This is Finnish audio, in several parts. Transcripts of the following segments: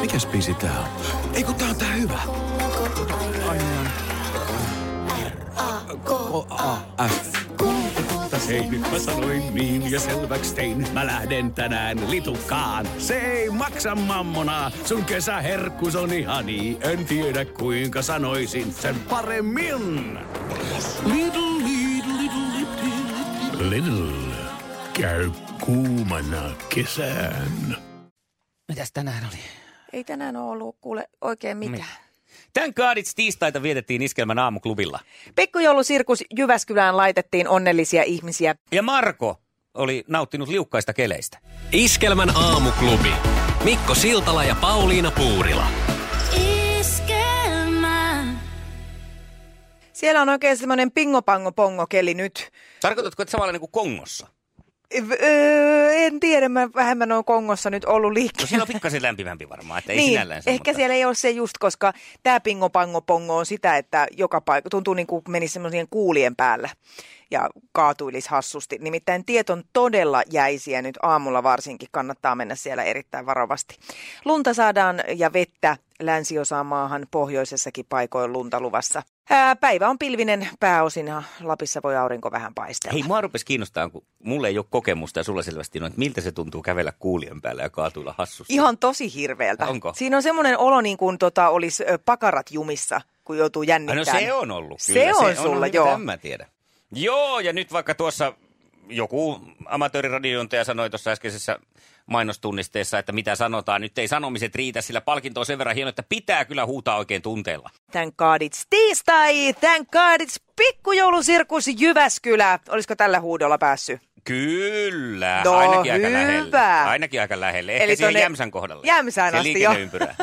Mikäs biisi tää on? Ei kun tää on tää hyvä. K-A-F. Tein, mä sanoin niin ja selväks tein. Mä lähden tänään litukaan. Se ei maksa mammonaa. Sun kesäherkkus on ihani. En tiedä kuinka sanoisin sen paremmin. Little, little, little, little, little. Käy kuumana kesään. Mitäs tänään oli? Ei tänään ole ollut kuule oikein mitään. Niin. Tän kaadits tiistaita vietettiin Iskelmän aamuklubilla. Pikkujoulusirkus Jyväskylään laitettiin onnellisia ihmisiä. Ja Marko oli nauttinut liukkaista keleistä. Iskelmän aamuklubi. Mikko Siltala ja Pauliina Puurila. Iskelmä. Siellä on oikein semmoinen pingopango-pongo-keli nyt. Tarkoitatko, että samalla niin kuin Kongossa? V- öö, en tiedä, mä vähemmän on Kongossa nyt ollut No liikkeellä. siellä on pikkasen lämpimämpi varmaan, että ei niin, sinällään se, ehkä mutta... siellä ei ole se just, koska tämä pingopango-pongo on sitä, että joka paikka tuntuu niin kuin menisi semmoisien kuulien päällä ja kaatuilisi hassusti. Nimittäin tiet on todella jäisiä nyt aamulla varsinkin, kannattaa mennä siellä erittäin varovasti. Lunta saadaan ja vettä länsiosaan maahan, pohjoisessakin paikoin luntaluvassa. Ää, päivä on pilvinen pääosin ja Lapissa voi aurinko vähän paistella. Hei, mua rupesi kiinnostaa, kun mulla ei ole kokemusta ja sulla selvästi on, että miltä se tuntuu kävellä kuulien päällä ja kaatuilla hassusti. Ihan tosi hirveältä. Onko? Siinä on semmoinen olo, niin kuin tota, olisi ö, pakarat jumissa, kun joutuu Ai No jännittämään. se on ollut. Se Kyllä. on sulla, ollut, joo. En mä tiedä. Joo, ja nyt vaikka tuossa joku amatööriradiointaja sanoi tuossa äskeisessä mainostunnisteessa, että mitä sanotaan. Nyt ei sanomiset riitä, sillä palkinto on sen verran hieno, että pitää kyllä huutaa oikein tunteella. Thank God it's tiistai, thank God it's pikkujoulusirkus Jyväskylä. Olisiko tällä huudolla päässyt? Kyllä, No, ainakin aika hyvä. lähelle. Ainakin aika lähelle, ehkä Eli Eli siihen tonne Jämsän kohdalle. Jämsään Se asti jo. liikenneympyrä.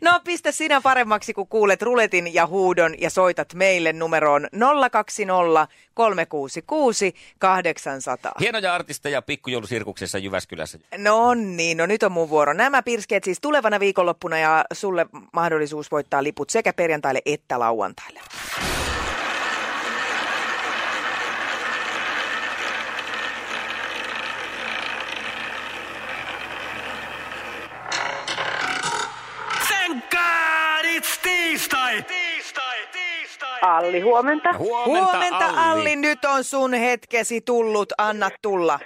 No pistä sinä paremmaksi, kun kuulet ruletin ja huudon ja soitat meille numeroon 020 366 800. Hienoja artisteja pikkujoulusirkuksessa Jyväskylässä. No niin, no nyt on mun vuoro. Nämä pirskeet siis tulevana viikonloppuna ja sulle mahdollisuus voittaa liput sekä perjantaille että lauantaille. Thank God it's tiistai! Tiistai! Tiistai! Ah. Alli, huomenta. Huomenta, Huomenta Alli. Alli, nyt on sun hetkesi tullut, anna tulla.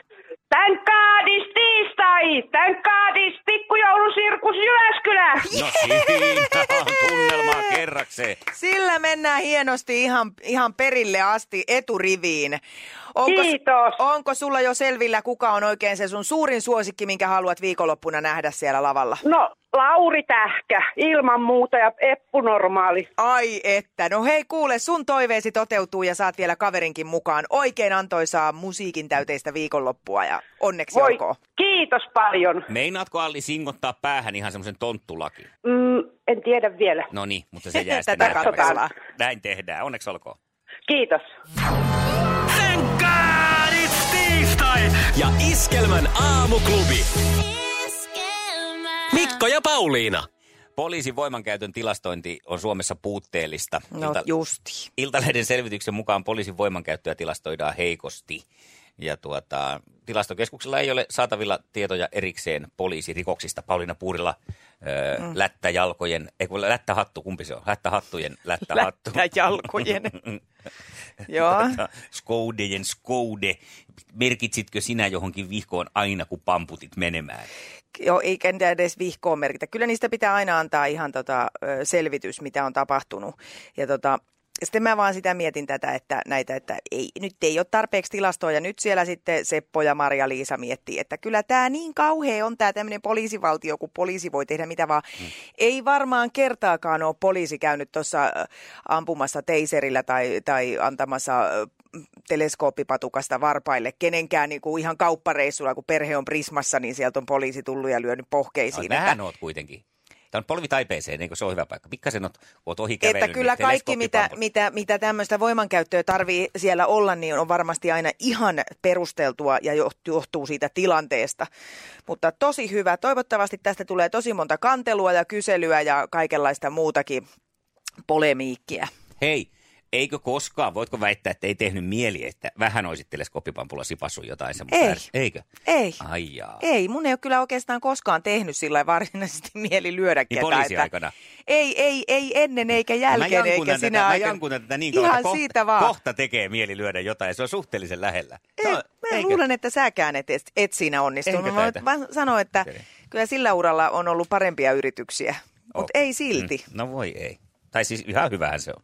Tän kaadis tiistai! Tän kaadis pikkujoulusirkus Jyväskylä! No siitä on tunnelmaa kerrakseen. Sillä mennään hienosti ihan, ihan perille asti eturiviin. Onko, Kiitos. Onko sulla jo selvillä, kuka on oikein se sun suurin suosikki, minkä haluat viikonloppuna nähdä siellä lavalla? No, Lauri Tähkä, ilman muuta, ja Eppu Normaali. Ai että, no hei kuule, sun toiveesi toteutuu ja saat vielä kaverinkin mukaan. Oikein antoisaa musiikin täyteistä viikonloppua ja onneksi Voi, olkoon. kiitos paljon. Meinaatko Alli singottaa päähän ihan semmoisen tonttulaki? Mm, en tiedä vielä. No niin, mutta se jää sitten Tätä nähtäväksi. katsotaan. Näin tehdään, onneksi olkoon. Kiitos. Thank God it's tiistai! Ja Iskelmän aamuklubi. Iskelmä. Mikko ja Pauliina. Poliisin voimankäytön tilastointi on Suomessa puutteellista. No justi. Iltalehden selvityksen mukaan poliisin voimankäyttöä tilastoidaan heikosti. Ja tuota, tilastokeskuksella ei ole saatavilla tietoja erikseen poliisirikoksista. Pauliina Puurilla öö, mm. lättäjalkojen, ei kun lättähattu, kumpi se on? Lättähattujen lättähattu. Tuota, Lättäjalkojen. Joo. Tota, Skoudejen skoude. Merkitsitkö sinä johonkin vihkoon aina, kun pamputit menemään? Joo, eikä niitä edes vihkoon merkitä. Kyllä niistä pitää aina antaa ihan tota, ö, selvitys, mitä on tapahtunut. Ja tota, sitten mä vaan sitä mietin tätä, että näitä, että ei, nyt ei ole tarpeeksi tilastoa ja nyt siellä sitten Seppo ja Maria Liisa miettii, että kyllä tämä niin kauhea on tämä tämmöinen poliisivaltio, kun poliisi voi tehdä mitä vaan. Ei varmaan kertaakaan ole poliisi käynyt tuossa ö, ampumassa teiserillä tai, tai antamassa ö, teleskooppipatukasta varpaille kenenkään niin kuin ihan kauppareissulla, kun perhe on Prismassa, niin sieltä on poliisi tullut ja lyönyt No, pohkeisiin. vähän oot kuitenkin. Tämä on polvi taipeeseen, eikö se ole hyvä paikka? Pikkasen oot, oot ohi että kävellyt, kyllä niin kaikki, mitä, teleskooppipamput. mitä, mitä tämmöistä voimankäyttöä tarvii siellä olla, niin on varmasti aina ihan perusteltua ja joht- johtuu siitä tilanteesta. Mutta tosi hyvä. Toivottavasti tästä tulee tosi monta kantelua ja kyselyä ja kaikenlaista muutakin polemiikkiä. Hei, Eikö koskaan, voitko väittää, että ei tehnyt mieli, että vähän olisit teleskooppipampulla sipassut jotain semmoista? Ei. ärs- Eikö? Ei. Ai jaa. Ei, mun ei ole kyllä oikeastaan koskaan tehnyt sillä lailla varsinaisesti mieli lyödä Niin ketään. poliisiaikana? Ei, ei, ei ennen eikä jälkeen mä eikä jankutan sinä tätä, aikana. Mä jankutan tätä niin kauan, Ihan että kohta, siitä vaan. kohta tekee mieli lyödä jotain. Se on suhteellisen lähellä. Ei, No, mä eikö? luulen, että säkään et, et siinä onnistunut. Enkö Mä taita? voin vaan sanoa, että Okei. kyllä sillä uralla on ollut parempia yrityksiä, mutta Oh. ei silti. Mm. No voi ei. Tai siis ihan hyvähän se on.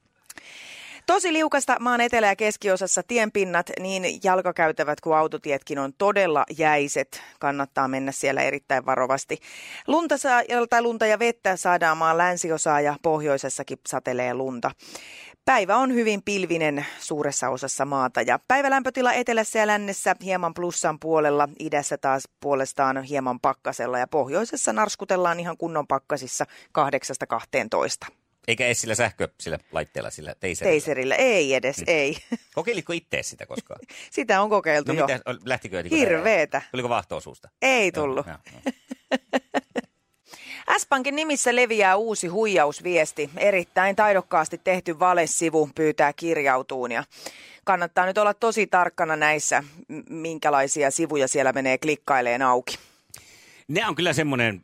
Tosi liukasta maan etelä- ja keskiosassa tienpinnat, niin jalkakäytävät kuin autotietkin on todella jäiset. Kannattaa mennä siellä erittäin varovasti. Lunta, saa, tai lunta ja vettä saadaan maan länsiosaa ja pohjoisessakin satelee lunta. Päivä on hyvin pilvinen suuressa osassa maata ja päivälämpötila etelässä ja lännessä hieman plussan puolella, idässä taas puolestaan hieman pakkasella ja pohjoisessa narskutellaan ihan kunnon pakkasissa 8-12. Eikä edes sillä sähkö, sillä laitteella, sillä teiserillä. Teiserillä ei edes, ei. Kokeilitko itse sitä koskaan? Sitä on kokeiltu No jo. mitä, ol- lähtikö jotenkin? Hirveetä. Tuliko vahtoa suusta? Ei tullut. Joo, joo, joo. S-Pankin nimissä leviää uusi huijausviesti. Erittäin taidokkaasti tehty valesivu pyytää kirjautuun ja kannattaa nyt olla tosi tarkkana näissä, m- minkälaisia sivuja siellä menee klikkaileen auki. Ne on kyllä semmoinen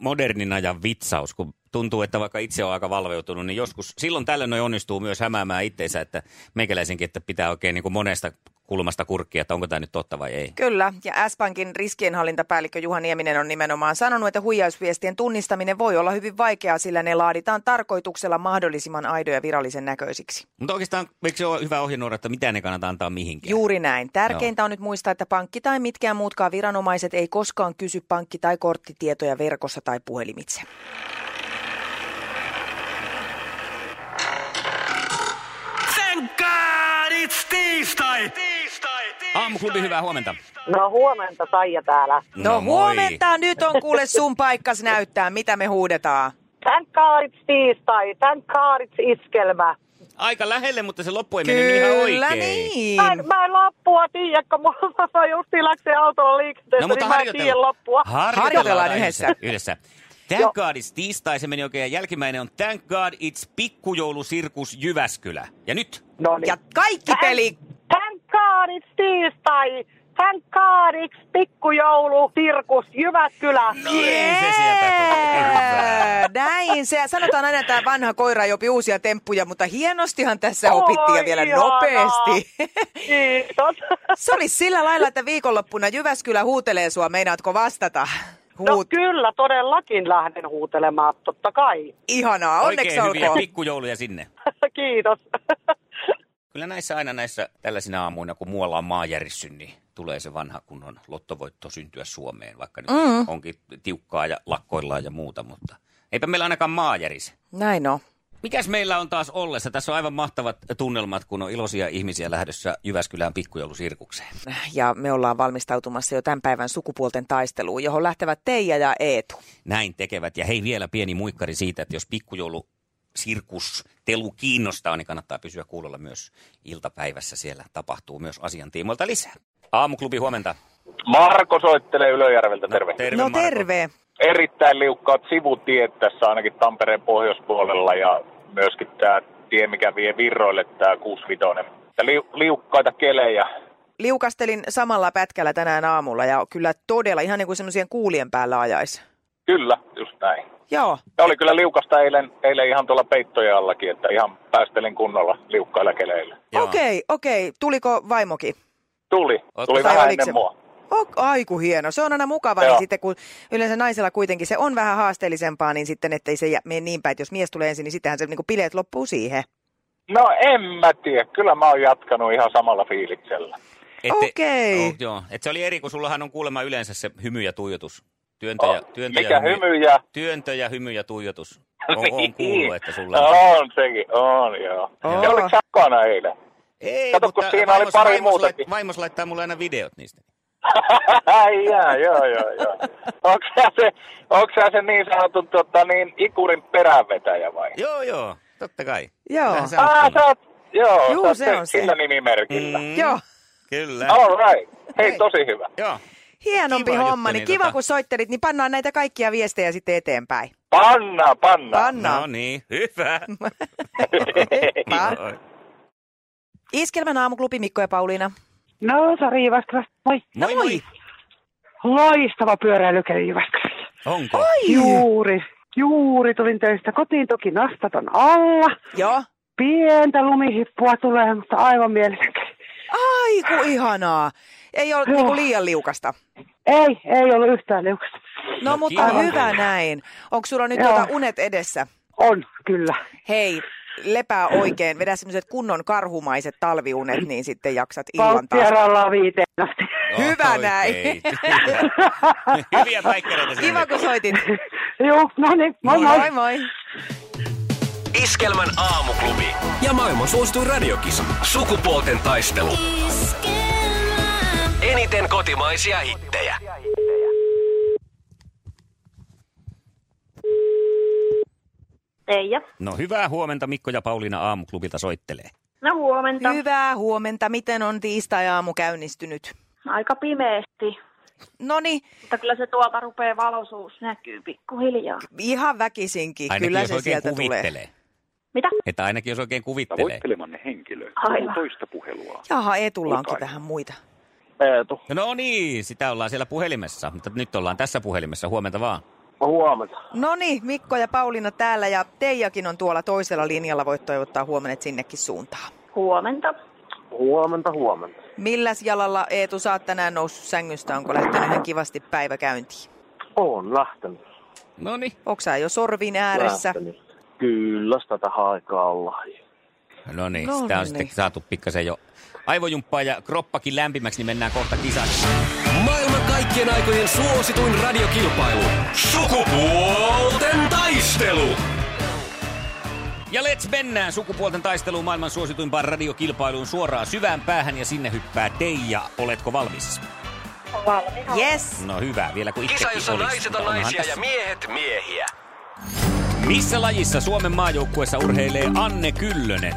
modernin ajan vitsaus, kun tuntuu, että vaikka itse on aika valveutunut, niin joskus silloin tällöin noi onnistuu myös hämäämään itteensä, että meikäläisenkin, että pitää oikein niin kuin monesta kulmasta kurkkia, että onko tämä nyt totta vai ei. Kyllä, ja S-Pankin riskienhallintapäällikkö Juha Nieminen on nimenomaan sanonut, että huijausviestien tunnistaminen voi olla hyvin vaikeaa, sillä ne laaditaan tarkoituksella mahdollisimman aidoja ja virallisen näköisiksi. Mutta oikeastaan, eikö se ole hyvä ohjenuora, että mitä ne kannattaa antaa mihinkään? Juuri näin. Tärkeintä on nyt muistaa, että pankki tai mitkään muutkaan viranomaiset ei koskaan kysy pankki- tai korttitietoja verkossa tai puhelimitse. Thank God it's tiistai! Tiistai! Aamuklubi, hyvää huomenta. No huomenta Taija täällä. No, no moi. huomenta, nyt on kuule sun paikkas näyttää, mitä me huudetaan. Thank God it's tiistai, thank God it's iskelmä. Aika lähelle, mutta se loppu ei mennyt ihan oikein. Kyllä niin. Mä en, mä en lappua tiedä, kun mulla mä just läksin autolla liikenteessä, No mutta niin mä en tiedä harjoitellaan. lappua. Harjoitellaan, Harjoitellaan yhdessä. yhdessä. yhdessä. Thank Joo. God it's tiistai, se meni oikein. Ja jälkimmäinen on Thank God it's pikkujoulusirkus Jyväskylä. Ja nyt no niin. Ja kaikki peli. Thank God it's tiistai, thank God it's pikkujoulu, sirkus, Jyväskylä. No, niin, se sieltä tuli. Hyvä. Näin se. Sanotaan aina, että tämä vanha koira ei opi uusia temppuja, mutta hienostihan tässä Oi, opittiin ja vielä ihanaa. nopeasti. Kiitos. Se oli sillä lailla, että viikonloppuna Jyväskylä huutelee sua. Meinaatko vastata? No Huut. kyllä, todellakin lähden huutelemaan, totta kai. Ihanaa, onneksi Oikein hyviä olkoon. pikkujouluja sinne. Kiitos. Kyllä näissä aina näissä tällaisina aamuina, kun muualla on maajärissy, niin tulee se vanha kunnon lottovoitto syntyä Suomeen, vaikka nyt mm. onkin tiukkaa ja lakkoillaan ja muuta, mutta eipä meillä ainakaan maajäris. Näin on. Mikäs meillä on taas ollessa? Tässä on aivan mahtavat tunnelmat, kun on iloisia ihmisiä lähdössä Jyväskylään pikkujoulusirkukseen. ja me ollaan valmistautumassa jo tämän päivän sukupuolten taisteluun, johon lähtevät Teija ja Eetu. näin tekevät. Ja hei vielä pieni muikkari siitä, että jos pikkujoulu sirkus, telu kiinnostaa, niin kannattaa pysyä kuulolla myös iltapäivässä. Siellä tapahtuu myös asian tiimoilta lisää. Aamuklubi huomenta. Marko soittelee Ylöjärveltä, terve. Terve no Marko. terve. Erittäin liukkaat sivutiet tässä ainakin Tampereen pohjoispuolella ja myöskin tämä tie, mikä vie virroille, tämä 65. Ja liu- liukkaita kelejä. Liukastelin samalla pätkällä tänään aamulla ja kyllä todella ihan niin kuin semmoisien kuulien päällä ajaisi. Kyllä, just näin. Joo. Ja oli kyllä liukasta eilen, eilen ihan tuolla peittojen allakin, että ihan päästelin kunnolla liukkailla keleillä. Joo. Okei, okei. Tuliko vaimokin? Tuli, Oletko tuli tai vähän oliko se- ennen mua. Ok, aiku hieno. Se on aina mukava, Joo. niin sitten kun yleensä naisella kuitenkin se on vähän haasteellisempaa, niin sitten ettei se jä- mene niin päin, että jos mies tulee ensin, niin sittenhän se niin kuin bileet loppuu siihen. No en mä tiedä, kyllä mä oon jatkanut ihan samalla fiiliksellä. Okei. Oh, joo. Et se oli eri, kun sullahan on kuulemma yleensä se hymy ja tuijotus. Työntö ja, työntö Oh, Mikä ja hymy No niin. ja... Työntö ja hymy ja tuijotus. On, on kuullut, että sulla on. on. On sekin, on joo. Oo. Ja oliko sakkoina eilen? Ei, Kato, kun siinä oli pari vaimos, lait, muutakin. vaimos laittaa mulle aina videot niistä. Ai jaa, joo, joo, joo. Onko sä se, onko sä se niin sanottu tota, niin, ikurin peräänvetäjä vai? Joo, joo. Totta kai. Joo. Kyllähän sä oot Ah, kyllä. sä oot, joo, Juu, sä oot se se- on se. sillä nimimerkillä. Mm. Joo. Kyllä. All right. Hei, Hei. tosi hyvä. Joo. Hienompi Kiva homma, juttu, niin niin kiva tota- kun soittelit, niin pannaan näitä kaikkia viestejä sitten eteenpäin. Panna, panna. Panna. No niin, hyvä. Heppa. Joo. Iskelmän aamuklubi Mikko ja Pauliina. No, Sari Jyväskylästä. Moi. No Moi, moi. Loistava pyöräilykeli Jyväskylässä. Onko? Juuri, juuri tulin töistä kotiin. Toki nastat on alla. Joo. Pientä lumihippua tulee, mutta aivan mieletön keli. Ai ku ihanaa. Ei ole niinku liian liukasta. Ei, ei ollut yhtään liukasta. No, No, mutta kiva. hyvä näin. Onko sulla nyt Joo. tuota unet edessä? On, kyllä. Hei, lepää oikein. Vedä semmoiset kunnon karhumaiset talviunet, niin sitten jaksat illan taas. Valtieralla viiteen asti. Oh, Hyvä oikein. näin. Hyviä päikkäreitä sinne. Kiva, kun soitit. Juu, no niin, moi moi. moi. moi. Iskelmän aamuklubi. Ja maailman suosituin radiokisa. Sukupuolten taistelu. Eniten kotimaisia hittejä. Teija. No hyvää huomenta Mikko ja Pauliina aamuklubilta soittelee. No Tota- huomenta. Hyvää huomenta. Miten on tiistai-aamu käynnistynyt? No niin, Aika pimeästi, Noni, mutta kyllä se tuolta rupeaa valoisuus näkyy pikkuhiljaa. ihan väkisinkin. Ainakin Kyllä jos se oikein sieltä kuvittelee. tulee. Mitä? Että ainakin jos oikein kuvittelee. Tavoittelemanne henkilö. Aivan. Toista puhelua. Jaha, Etulla onkin Olkaa tähän muita. Eetu. No niin, sitä ollaan siellä puhelimessa, mutta nyt ollaan tässä puhelimessa. Huomenta vaan. Huomenta. No niin, Mikko ja Pauliina täällä ja Teijakin on tuolla toisella linjalla. Voit toivottaa huomenet sinnekin suuntaan. Huomenta. Huomenta, huomenta. Milläs jalalla Eetu sä oot tänään noussut sängystä? Onko lähtenyt ihan kivasti päivä käyntiin? Oon lähtenyt. No niin. Onko sä jo sorvin ääressä? Lähtenyt. Kyllä, sitä tähän aikaan ollaan. No niin, No sitä on niin. sitten saatu pikkasen jo aivojumppaa ja kroppakin lämpimäksi, niin mennään kohta kisaan. Maailman kaikkien aikojen suosituin radiokilpailu. Sukupuolten taistelu. Ja let's mennään sukupuolten taisteluun maailman suosituimpaan radiokilpailuun suoraan syvään päähän ja sinne hyppää Teija. Oletko valmis? Yes. No hyvä, vielä kun itsekin Kisa, jossa olis, naiset on mutta onhan naisia ja tässä- miehet miehiä. Missä lajissa Suomen maajoukkueessa urheilee Anne Kyllönen?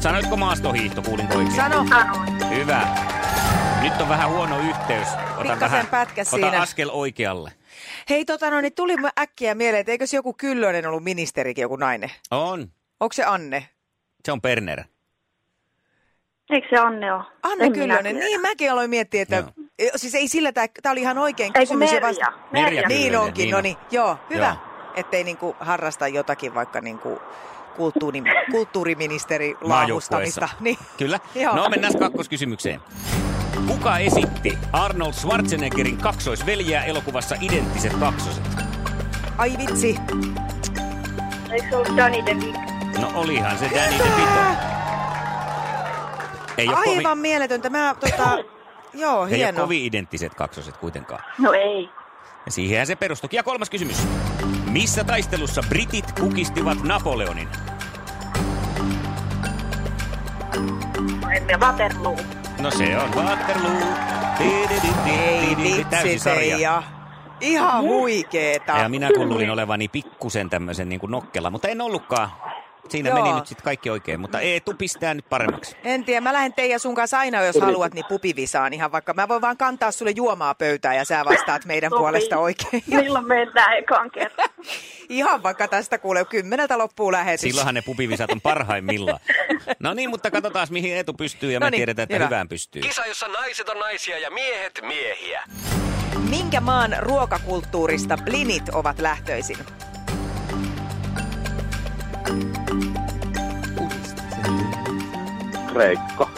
Sanoitko maastohiihto, kuulin oikein? Sano. Hyvä. Nyt on vähän huono yhteys. Otan Pikkasen vähän, pätkäs otan siinä. askel oikealle. Hei, tota no, niin tuli mun äkkiä mieleen, että eikös joku Kyllönen ollut ministerikin, joku nainen? On. Onko se Anne? Se on Perner. Eikö se Anne ole? Anne En Kyllönen. minä Niin, mäkin aloin miettiä, että... Joo. E, Siis ei sillä, tämä oli ihan oikein tiedä. Eikö kysymys. ja Merja? vasta- Merja. Niin Kyllä, onkin, niin no on. niin. Joo, hyvä. Joo. Ettei niinku harrasta jotakin vaikka niinku kulttuuri, kulttuuriministeri Maajoukkueessa. laahustamista. Niin. Kyllä. Joo. No mennään kakkoskysymykseen. Kuka esitti Arnold Schwarzeneggerin kaksoisveljeä elokuvassa Identtiset kaksoset? Ai vitsi. Eikö se ollut Johnny DeVito? No olihan se Danny DeVito. Ei ole Aivan kovin, mieletöntä. Mä, tota, joo, ei ole hieno. kovin identtiset kaksoset kuitenkaan. No ei. Ja siihenhän se perustuki. Ja kolmas kysymys. Missä taistelussa britit kukistivat Napoleonin? No emme Waterloo. No se on Waterloo. Ei Täysi vitsi niin, sarja. Teija. Ihan huikeeta. Ja minä kun luulin olevani pikkusen tämmöisen niin kuin nokkela, mutta en ollutkaan. Siinä Joo. meni nyt sitten kaikki oikein, mutta Eetu pistää nyt paremmaksi. En tiedä, mä lähden Teija sun kanssa aina, jos haluat, niin pupivisaan ihan vaikka. Mä voin vaan kantaa sulle juomaa pöytään ja sä vastaat meidän Sopii. puolesta oikein. Milloin mennään ekaan kerran? Ihan vaikka tästä kuulee kymmeneltä loppuu lähetys. Silloinhan ne pupivisat on parhaimmillaan. No niin, mutta katsotaan mihin Eetu pystyy ja me No niin, tiedetään, että hyvä. hyvään pystyy. Kisa, jossa naiset on naisia ja miehet miehiä. Minkä maan ruokakulttuurista blinit ovat lähtöisin? Kreikka.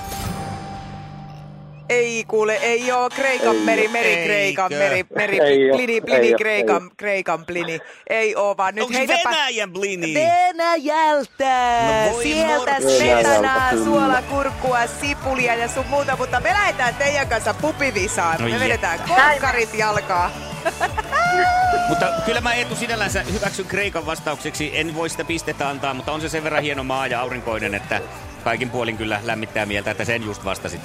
Ei kuule, ei oo Kreikan meri, meri Eikö? Kreikan meri, meri, Ei oo, blini, ei blini, oo, Kreikan, Kreikan blini. Ei oo vaan nyt Onko heitäpä... Venäjän blini? Venäjältä! Niin. No voi Sieltä morjens. smetanaa, Venäjältä, kyllä. suolakurkkua, sipulia ja sun muuta, mutta me lähdetään teidän kanssa pupivisaan. No me jep. vedetään kokkarit jalkaa. Mutta kyllä mä Eetu sinällänsä hyväksyn Kreikan vastaukseksi. En voi sitä pistettä antaa, mutta on se sen verran hieno maa ja aurinkoinen, että kaikin puolin kyllä lämmittää mieltä, että sen just vastasit.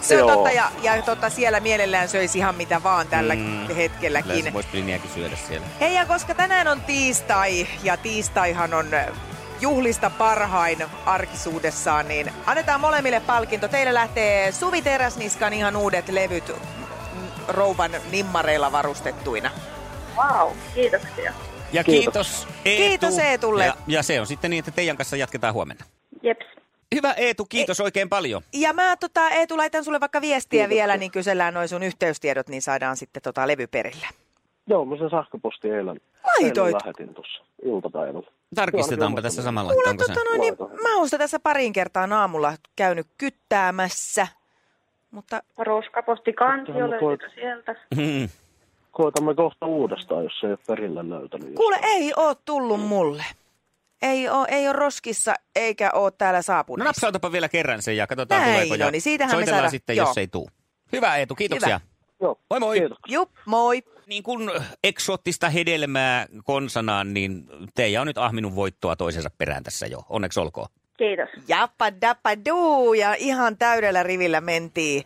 Se on Joo. totta, ja, ja totta, siellä mielellään söisi ihan mitä vaan tällä Mm. Kyllä se hetkelläkin. voisi bliniäkin syödä siellä. Hei ja koska tänään on tiistai ja tiistaihan on juhlista parhain arkisuudessaan, niin annetaan molemmille palkinto. Teille lähtee Suvi Teräsniskan ihan uudet levyt mm, rouvan nimmareilla varustettuina. Vau, wow, kiitoksia. Ja kiitos, kiitos Eetu. Kiitos Eetulle. Ja, ja se on sitten niin, että teidän kanssa jatketaan huomenna. Jeps. Hyvä Eetu, kiitos oikein paljon. Ja mä tota, Eetu, laitan sulle vaikka viestiä vielä, niin kysellään noin sun yhteystiedot, niin saadaan sitten tota levy perille. Joo, mä sen sähköposti eilen, Laitoit. eilen lähetin tuossa iltapäivällä. Tarkistetaanpa tässä samalla, että Kuule, onko se... tota noin, niin, Laitan. mä oon sitä tässä parin kertaan aamulla käynyt kyttäämässä, mutta Roskaposti Mutta kansiolle voit- sitä sieltä. Mm. Koetamme kohta uudestaan, jos se ei ole perille löytänyt. kuule, ei oo tullut mulle. Ei oo, ei oo roskissa, eikä oo täällä No saapunut. napsautapa vielä kerran sen ja katsotaan Näin tuleeko. ja on, niin siitähän me soitellaan saadaan- sitten, joo. jos ei tuu. Hyvä Eetu, kiitoksia. Hyvä. Joo, Moi moi. kiitos. Jup, moi. Niin kuin eksoottista hedelmää konsanaan, niin teijä on nyt ahminut voittoa toisensa perään tässä jo. Onneksi olkoon. Kiitos. Jappa dappa duu ja ihan täydellä rivillä mentiin.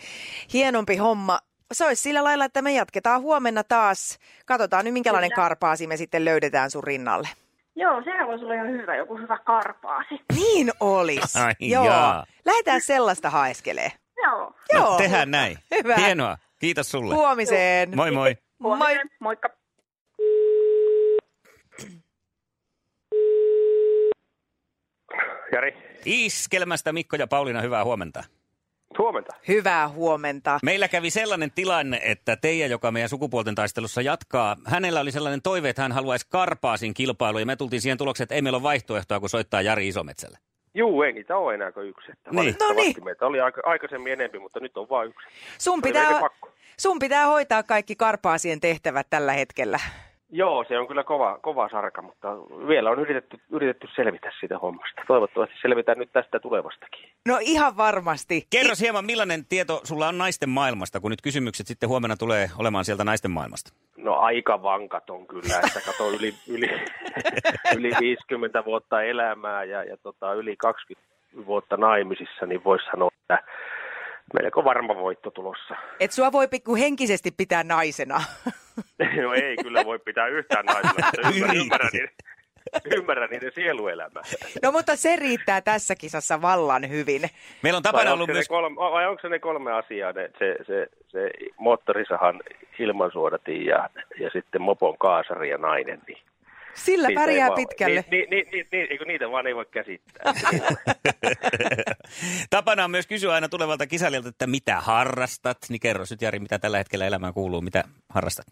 Hienompi homma. Se olisi sillä lailla, että me jatketaan huomenna taas. Katsotaan nyt, minkälainen Kyllä. karpaasi me sitten löydetään sun rinnalle. Joo, sehän voisi olla ihan hyvä, joku hyvä karpaasi. Niin olis. Ai Joo. jaa. Lähdetään sellaista haeskelee. Joo. Joo. No, tehdään näin. Hyvä. Hienoa. Kiitos sulle. Huomiseen. Moi moi. Moi. Huominen. Moikka. Jari, Iskelmästä Mikko ja Pauliina, hyvää huomenta. huomenta. Hyvää huomenta. Meillä kävi sellainen tilanne, että Teija, joka meidän sukupuolten taistelussa jatkaa, hänellä oli sellainen toive, että hän haluaisi karpaasin kilpailuun. Ja me tultiin siihen tulokseen, että ei meillä ole vaihtoehtoa, kun soittaa Jari Isometsälle. Juu, ei niitä ole enää kuin yksi. Että Niin. valitettavasti No niin. Meitä oli aika, aikaisemmin enempi, mutta nyt on vain yksi. Sun Oli pitää, melkein pakko. sun pitää hoitaa kaikki karpaasien tehtävät tällä hetkellä. Joo, se on kyllä kova, kova sarka, mutta vielä on yritetty, yritetty selvitä siitä hommasta. Toivottavasti selvitään nyt tästä tulevastakin. No ihan varmasti. Kerros hieman, millainen tieto sulla on naisten maailmasta, kun nyt kysymykset sitten huomenna tulee olemaan sieltä naisten maailmasta. No aika vankat on kyllä, että kato yli, yli, yli 50 vuotta elämää ja, ja tota, yli 20 vuotta naimisissa, niin voisi sanoa, että melko varma voitto tulossa. Et sua voi pikku henkisesti pitää naisena. No ei kyllä voi pitää yhtään naisena, mutta ymmärrän, ymmärrän, niiden, ymmärrän niiden sieluelämää. No mutta se riittää tässä kisassa vallan hyvin. Meillä on Vai tapana onko, ollut se myös... ne kolme, vai onko se ne kolme asiaa, ne, se, se, se moottorisahan ilmansuodatin ja, ja sitten mopon kaasari ja nainen, niin Sillä niitä ei pärjää vaan- niin, pitkälle. Ni, ni, ni, ni, ni, eikö niitä vaan ei voi käsittää. Tapana on myös kysyä aina tulevalta kisailijalta, että mitä harrastat. Niin kerro nyt Jari, mitä tällä hetkellä elämään kuuluu, mitä harrastat.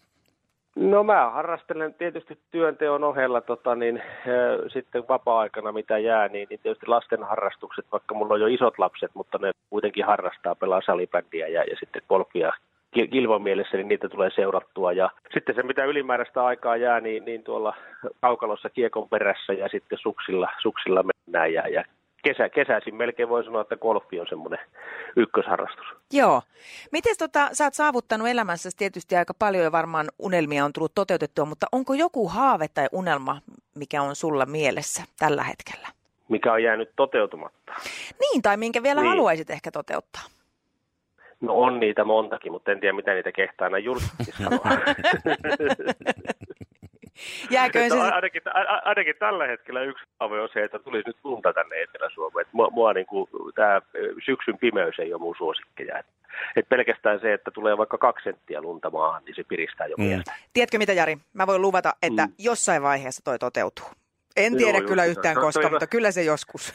No mä harrastelen tietysti työnteon ohella tota, niin, ö, sitten vapaa-aikana mitä jää, niin, niin tietysti lasten harrastukset, vaikka mulla on jo isot lapset, mutta ne kuitenkin harrastaa, pelaa salibändiä ja, ja sitten golfia Kil- kilvon mielessä, niin niitä tulee seurattua. Ja sitten se, mitä ylimääräistä aikaa jää, niin, niin tuolla kaukalossa kiekon perässä ja sitten suksilla, suksilla mennään. Ja, ja kesä, kesäisin melkein voi sanoa, että golfi on semmoinen ykkösharrastus. Joo. Miten tota, sä oot saavuttanut elämässä tietysti aika paljon ja varmaan unelmia on tullut toteutettua, mutta onko joku haave tai unelma, mikä on sulla mielessä tällä hetkellä? Mikä on jäänyt toteutumatta? Niin, tai minkä vielä niin. Niin. haluaisit ehkä toteuttaa? No on niitä montakin, mutta en tiedä mitä niitä kehtaa aina julkisesti sanoa. Jääköön Että se... a- ainakin, a- a- ainakin tällä hetkellä yksi haave on se, että tulisi nyt lunta tänne Etelä-Suomeen. Et Mua, mua niin kuin, tämä syksyn pimeys ei ole mun suosikkeja. Et, et pelkästään se, että tulee vaikka kaksi senttiä lunta maahan, niin se piristää jo Mm. mieltä. Tiedätkö mitä, Jari? Mä voin luvata, että mm. Mm. jossain vaiheessa toi toteutuu. En Joo, tiedä just kyllä se. yhtään Toi- toi koska, hyvä. mutta kyllä se joskus.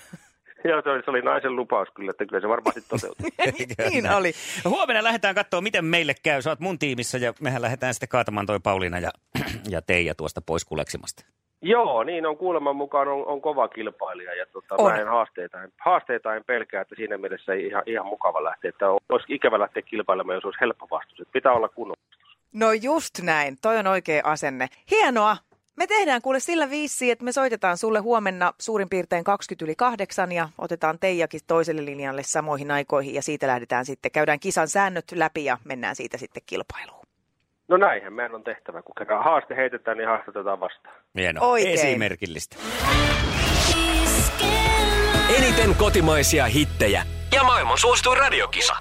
Joo, se oli, se oli naisen lupaus kyllä, että kyllä se varmasti toteutuu. niin oli. Huomenna lähdetään katsoa, miten meille käy. Sä oot mun tiimissä ja mehän lähdetään sitten kaatamaan toi Pauliina ja, ja Teija tuosta pois kuleksimasta. Joo, niin on kuuleman mukaan on, on kova kilpailija ja tota, On. mä en haasteita, en, haasteita en pelkää, että siinä mielessä ei ihan, ihan mukava lähteä. Että olisi ikävä lähteä kilpailemaan, jos olisi helppo vastus. Et pitää olla kunnon. No just näin, toi on oikea asenne. Hienoa! Me tehdään kuule sillä viisiin, että me soitetaan sulle huomenna suurin piirtein 20 yli 8 ja otetaan Teijakin toiselle linjalle samoihin aikoihin ja siitä lähdetään sitten, käydään kisan säännöt läpi ja mennään siitä sitten kilpailuun. No näinhän meidän on tehtävä, kun kerran haaste heitetään, niin haastetetaan vastaan. Hienoa. Oikein. Esimerkillistä. Eniten kotimaisia hittejä ja maailman suosituin radiokisa.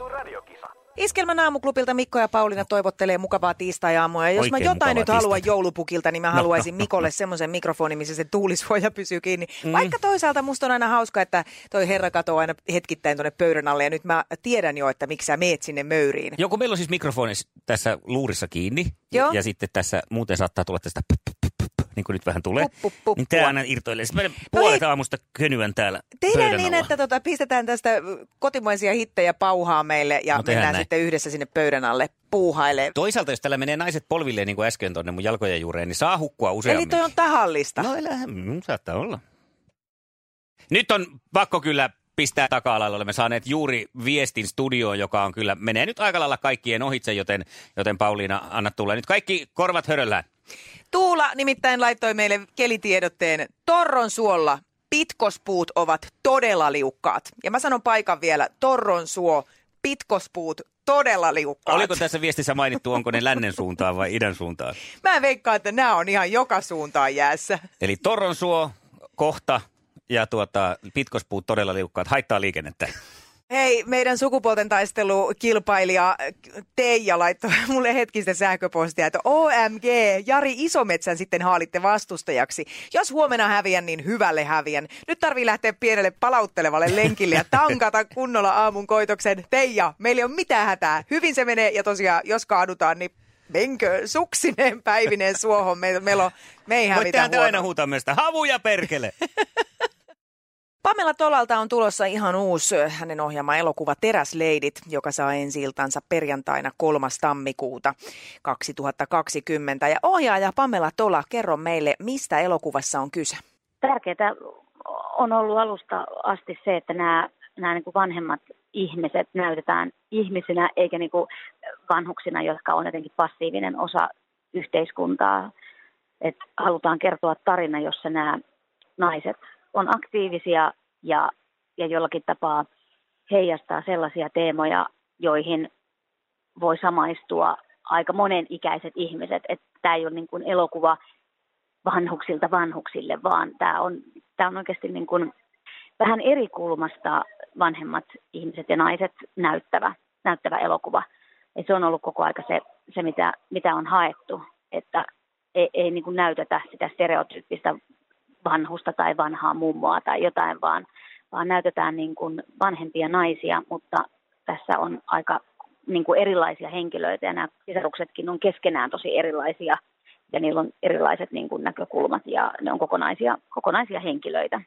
Iskelmän aamuklubilta Mikko ja Pauliina toivottelee mukavaa tiistai-aamua. Ja jos Oikein mä jotain mukavaa No. nyt haluan tiistaita. joulupukilta, niin mä haluaisin Mikolle semmoisen mikrofonin, missä se tuulisuoja pysyy kiinni. Mm. Vaikka toisaalta musta on aina hauska, että toi herra katoaa aina hetkittäin tuonne pöydän alle. Ja nyt mä tiedän jo, että miksi sä meet sinne möyriin. Joo, kun meillä on siis mikrofoni tässä luurissa kiinni. Joo. Ja sitten tässä muuten saattaa tulla tästä p- p- p- p- niin kuin nyt vähän tulee, Pup, pup, pup, niin tämä pup. aina irtoilee. Sitten mä No puolet hei. aamusta könyän täällä Tehdään pöydän niin, alla. että tota, pistetään tästä kotimaisia hittejä pauhaa meille ja No, tehdään mennään näin. sitten yhdessä sinne pöydän alle puuhaille. Toisaalta, jos tällä menee naiset polvilleen, niin kuin äsken tuonne mun jalkojen juureen, niin saa hukkua Eli useammin. toi on tahallista. No elä, mm, saattaa olla. Nyt on pakko kyllä pistää taka-alalle. Olemme saaneet juuri viestin studioon, joka on kyllä, menee nyt aika lailla kaikkien ohitse, joten, joten Pauliina, anna tulla. Nyt kaikki korvat höröllään. Tuula nimittäin laittoi meille kelitiedotteen Torron suolla. Pitkospuut ovat todella liukkaat. Ja mä sanon paikan vielä, Torron suo, pitkospuut todella liukkaat. Oliko tässä viestissä mainittu, onko ne lännen suuntaan vai idän suuntaan? Mä veikkaan, että nämä on ihan joka suuntaan jäässä. Eli Toronsuo kohta ja tuota, pitkospuut todella liukkaat, haittaa liikennettä. Hei, meidän sukupuolten taistelukilpailija Teija laittoi mulle hetkistä sähköpostia, että OMG, Jari Isometsän sitten haalitte vastustajaksi. Jos huomenna häviän, niin hyvälle häviän. Nyt tarvii lähteä pienelle palauttelevalle lenkille ja tankata kunnolla aamun koitoksen. Teija, meillä ei ole mitään hätää. Hyvin se menee ja tosiaan, jos kaadutaan, niin menkö suksineen päivineen suohon. Me, meillä on, me ei hävitä Voittehan te aina huonoa. huutaa myös sitä, havuja perkele! Pamela Tolalta on tulossa ihan uusi ö, hänen ohjaama elokuva Teräsleidit, joka saa ensi iltansa perjantaina 3. tammikuuta 2020. Ja ohjaaja Pamela Tola, kerro meille, mistä elokuvassa on kyse. Tärkeää on ollut alusta asti se, että nämä, nämä niin kuin vanhemmat ihmiset näytetään ihmisinä eikä niin kuin vanhuksina, jotka on jotenkin passiivinen osa yhteiskuntaa. Et halutaan kertoa tarina, jossa nämä naiset on aktiivisia ja, ja jollakin tapaa heijastaa sellaisia teemoja, joihin voi samaistua aika monen ikäiset ihmiset. Että tämä ei ole niin kuin elokuva vanhuksilta vanhuksille, vaan tämä on, tämä on oikeasti niin kuin vähän eri kulmasta vanhemmat ihmiset ja naiset näyttävä, näyttävä elokuva. Et se on ollut koko aika se, se mitä, mitä on haettu, että ei, ei niin kuin näytetä sitä stereotyyppistä vanhusta tai vanhaa mummoa tai jotain, vaan, vaan näytetään niin kuin vanhempia naisia, mutta tässä on aika niin kuin erilaisia henkilöitä ja nämä sisaruksetkin on keskenään tosi erilaisia ja niillä on erilaiset niin kuin näkökulmat ja ne on kokonaisia, kokonaisia henkilöitä.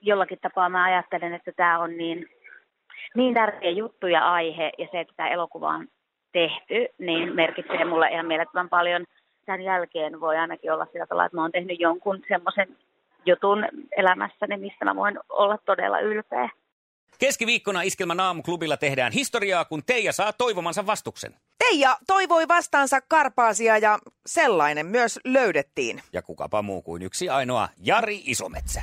Jollakin tapaa mä ajattelen, että tämä on niin, niin tärkeä juttu ja aihe ja se, että tämä elokuva on tehty, niin merkitsee mulle ihan mielettömän paljon. Tämän jälkeen voi ainakin olla sillä tavalla, että mä oon tehnyt jonkun semmoisen jutun elämässäni, mistä mä voin olla todella ylpeä. Keskiviikkona Iskelmän aamuklubilla tehdään historiaa, kun Teija saa toivomansa vastuksen. Teija toivoi vastaansa karpaasia ja sellainen myös löydettiin. Ja kukapa muu kuin yksi ainoa Jari Isometsä.